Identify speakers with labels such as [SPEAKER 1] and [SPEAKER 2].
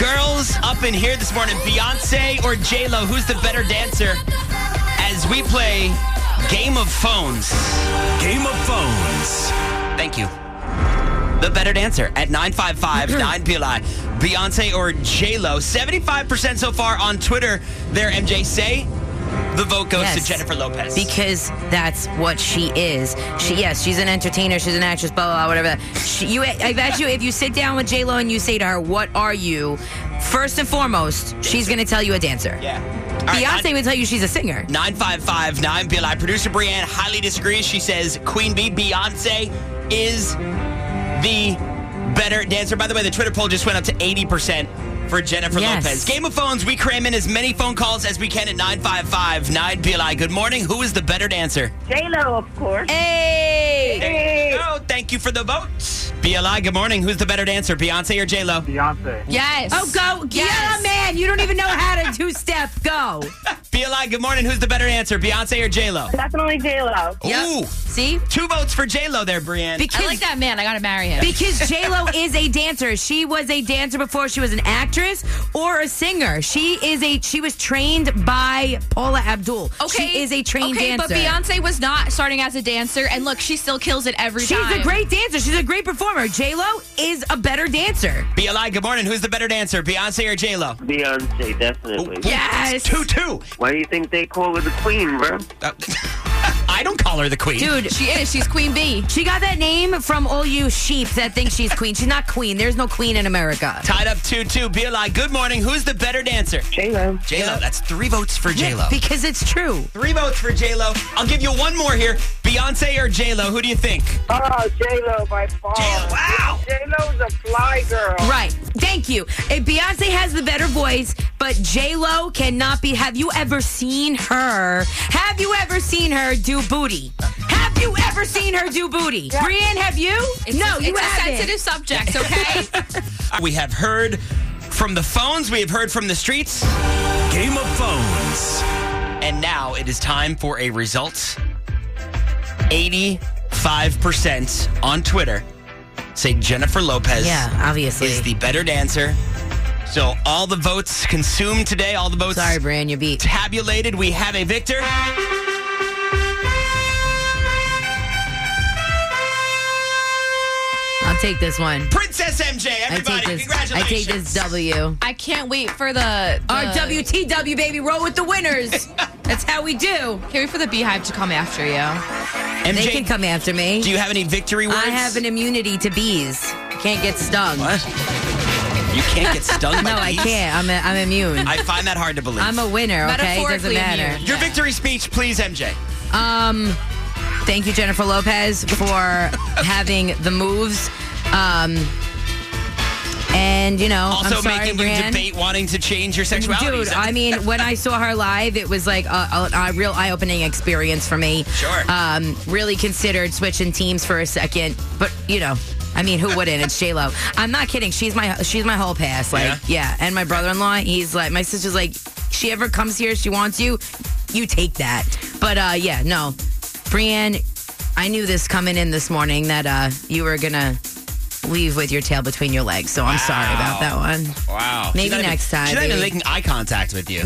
[SPEAKER 1] Eagles up in here this morning. Beyonce or J Lo? Who's the better dancer? As we play Game of Phones.
[SPEAKER 2] Game of Phones.
[SPEAKER 1] Thank you. The better dancer at
[SPEAKER 3] Mm-hmm.
[SPEAKER 1] 955 9 Pili. Beyonce or J Lo? 75% so far on Twitter. There, MJ say the vote goes to
[SPEAKER 3] Yes.
[SPEAKER 1] Jennifer Lopez.
[SPEAKER 3] because that's what she is. She yes, she's an entertainer, she's an actress, blah blah, blah whatever. She, you, I bet you, if you sit down with J Lo and you say to her, "What are you?" First and foremost, she's going to tell you a dancer.
[SPEAKER 1] yeah.
[SPEAKER 3] Beyonce would tell you she's a singer.
[SPEAKER 1] 9559 BLI. Producer Brianne highly disagrees. She says Queen Bee Beyonce is the better dancer. By the way, the Twitter poll just went up to 80% for Jennifer
[SPEAKER 3] Yes.
[SPEAKER 1] Lopez. Game of Phones, we cram in as many phone calls as we can at 955 BLI. Good morning. Who is the better dancer?
[SPEAKER 4] J-Lo, of course.
[SPEAKER 3] Hey,
[SPEAKER 1] There you go. Oh, Thank you for the vote. BLI, good morning. Who's the better dancer, Beyonce or J-Lo?
[SPEAKER 5] Beyonce.
[SPEAKER 6] Yes.
[SPEAKER 3] oh go, yeah, man, you don't even know how to two step. Go.
[SPEAKER 1] BLI, good morning. Who's the better dancer, Beyonce or J-Lo?
[SPEAKER 4] Definitely J-Lo.
[SPEAKER 1] Ooh,
[SPEAKER 3] See,
[SPEAKER 1] two votes for J-Lo there, Brianne.
[SPEAKER 3] because
[SPEAKER 6] I like that man. I gotta marry him.
[SPEAKER 3] Because J Lo is a dancer. She was a dancer before she was an actress or a singer. She is a she was trained by Paula Abdul.
[SPEAKER 6] Okay,
[SPEAKER 3] she is a trained
[SPEAKER 6] okay,
[SPEAKER 3] dancer.
[SPEAKER 6] But Beyonce was not starting as a dancer, and look, she still kills it every
[SPEAKER 3] She's
[SPEAKER 6] time.
[SPEAKER 3] a great dancer. She's a great performer. J Lo is a better dancer.
[SPEAKER 1] BLI, good morning. Who's the better dancer, Beyonce or J-Lo?
[SPEAKER 7] Beyonce, definitely.
[SPEAKER 3] Yes.
[SPEAKER 1] It's 2 2.
[SPEAKER 7] Why do you think they call her the queen, bro?
[SPEAKER 1] Uh, I don't call her the queen.
[SPEAKER 3] Dude,
[SPEAKER 6] She is. She's Queen Bee.
[SPEAKER 3] she got that name from all you sheep that think she's queen. She's not queen. There's no queen in America.
[SPEAKER 1] Tied up 2 2. BLI, good morning. Who's the better dancer?
[SPEAKER 7] J-Lo.
[SPEAKER 1] J-Lo. That's three votes for J-Lo.
[SPEAKER 3] Because it's true.
[SPEAKER 1] Three votes for J-Lo. I'll give you one more here. Beyonce or J-Lo? Who do you think?
[SPEAKER 4] Oh, J-Lo by far.
[SPEAKER 1] J-Lo. Wow.
[SPEAKER 4] J-Lo's a fly girl.
[SPEAKER 3] Right. Thank you. Eh, Beyonce has the better voice, but J Lo cannot be. Have you ever seen her? Have you ever seen her do booty? Have you ever seen her do booty? Brienne, have you?
[SPEAKER 6] It's
[SPEAKER 3] no,
[SPEAKER 6] a,
[SPEAKER 3] you
[SPEAKER 6] it's a
[SPEAKER 3] haven't.
[SPEAKER 6] sensitive subject. Okay.
[SPEAKER 1] We have heard from the phones, we have heard from the streets,
[SPEAKER 2] Game of Phones.
[SPEAKER 1] and now it is time for a result. 85% on Twitter say Jennifer Lopez.
[SPEAKER 3] Yeah, obviously.
[SPEAKER 1] is the better dancer. So all the votes consumed today, all the votes
[SPEAKER 3] Sorry, Brienne, you beat.
[SPEAKER 1] tabulated. We have a victor.
[SPEAKER 3] I'll take this one.
[SPEAKER 1] Princess MJ,
[SPEAKER 3] I
[SPEAKER 1] everybody,
[SPEAKER 3] take this. I
[SPEAKER 1] congratulations.
[SPEAKER 3] take this W.
[SPEAKER 6] I can't wait for the, the
[SPEAKER 3] Our WTW baby, roll with the winners. That's how we do.
[SPEAKER 6] Can't wait for the Beehive to come after you.
[SPEAKER 1] MJ,
[SPEAKER 3] They can come after me.
[SPEAKER 1] do you have any victory words?
[SPEAKER 3] I have an immunity to bees. Can't get stung.
[SPEAKER 1] What? You can't get stung by
[SPEAKER 3] No, I
[SPEAKER 1] bees?
[SPEAKER 3] can't. I'm a, I'm immune.
[SPEAKER 1] I find that hard to believe.
[SPEAKER 3] I'm a winner. Okay, it doesn't
[SPEAKER 6] Metaphorically
[SPEAKER 3] matter.
[SPEAKER 6] immune.
[SPEAKER 1] Your victory speech, please, MJ.
[SPEAKER 3] Um, thank you, Jennifer Lopez, for having the moves. Um, and you know,
[SPEAKER 1] Also
[SPEAKER 3] I'm sorry,
[SPEAKER 1] making you
[SPEAKER 3] Brienne.
[SPEAKER 1] debate wanting to change your sexuality.
[SPEAKER 3] Dude,
[SPEAKER 1] So-
[SPEAKER 3] I mean, when I saw her live, it was like a, a, a real eye-opening experience for me.
[SPEAKER 1] Sure.
[SPEAKER 3] Um, really considered switching teams for a second, but you know, I mean, who wouldn't? It's J Lo. I'm not kidding. She's my she's my whole pass. Like,
[SPEAKER 1] Yeah?
[SPEAKER 3] yeah. And my brother-in-law, he's like, my sister's like, she ever comes here, she wants you, you take that. But uh, yeah, no, Brienne, I knew this coming in this morning that uh, you were gonna. Leave with your tail between your legs, so I'm sorry about that one.
[SPEAKER 1] wow.
[SPEAKER 3] Maybe
[SPEAKER 1] She's not even-
[SPEAKER 3] next time,
[SPEAKER 1] She's not even
[SPEAKER 3] baby.
[SPEAKER 1] making eye contact with you.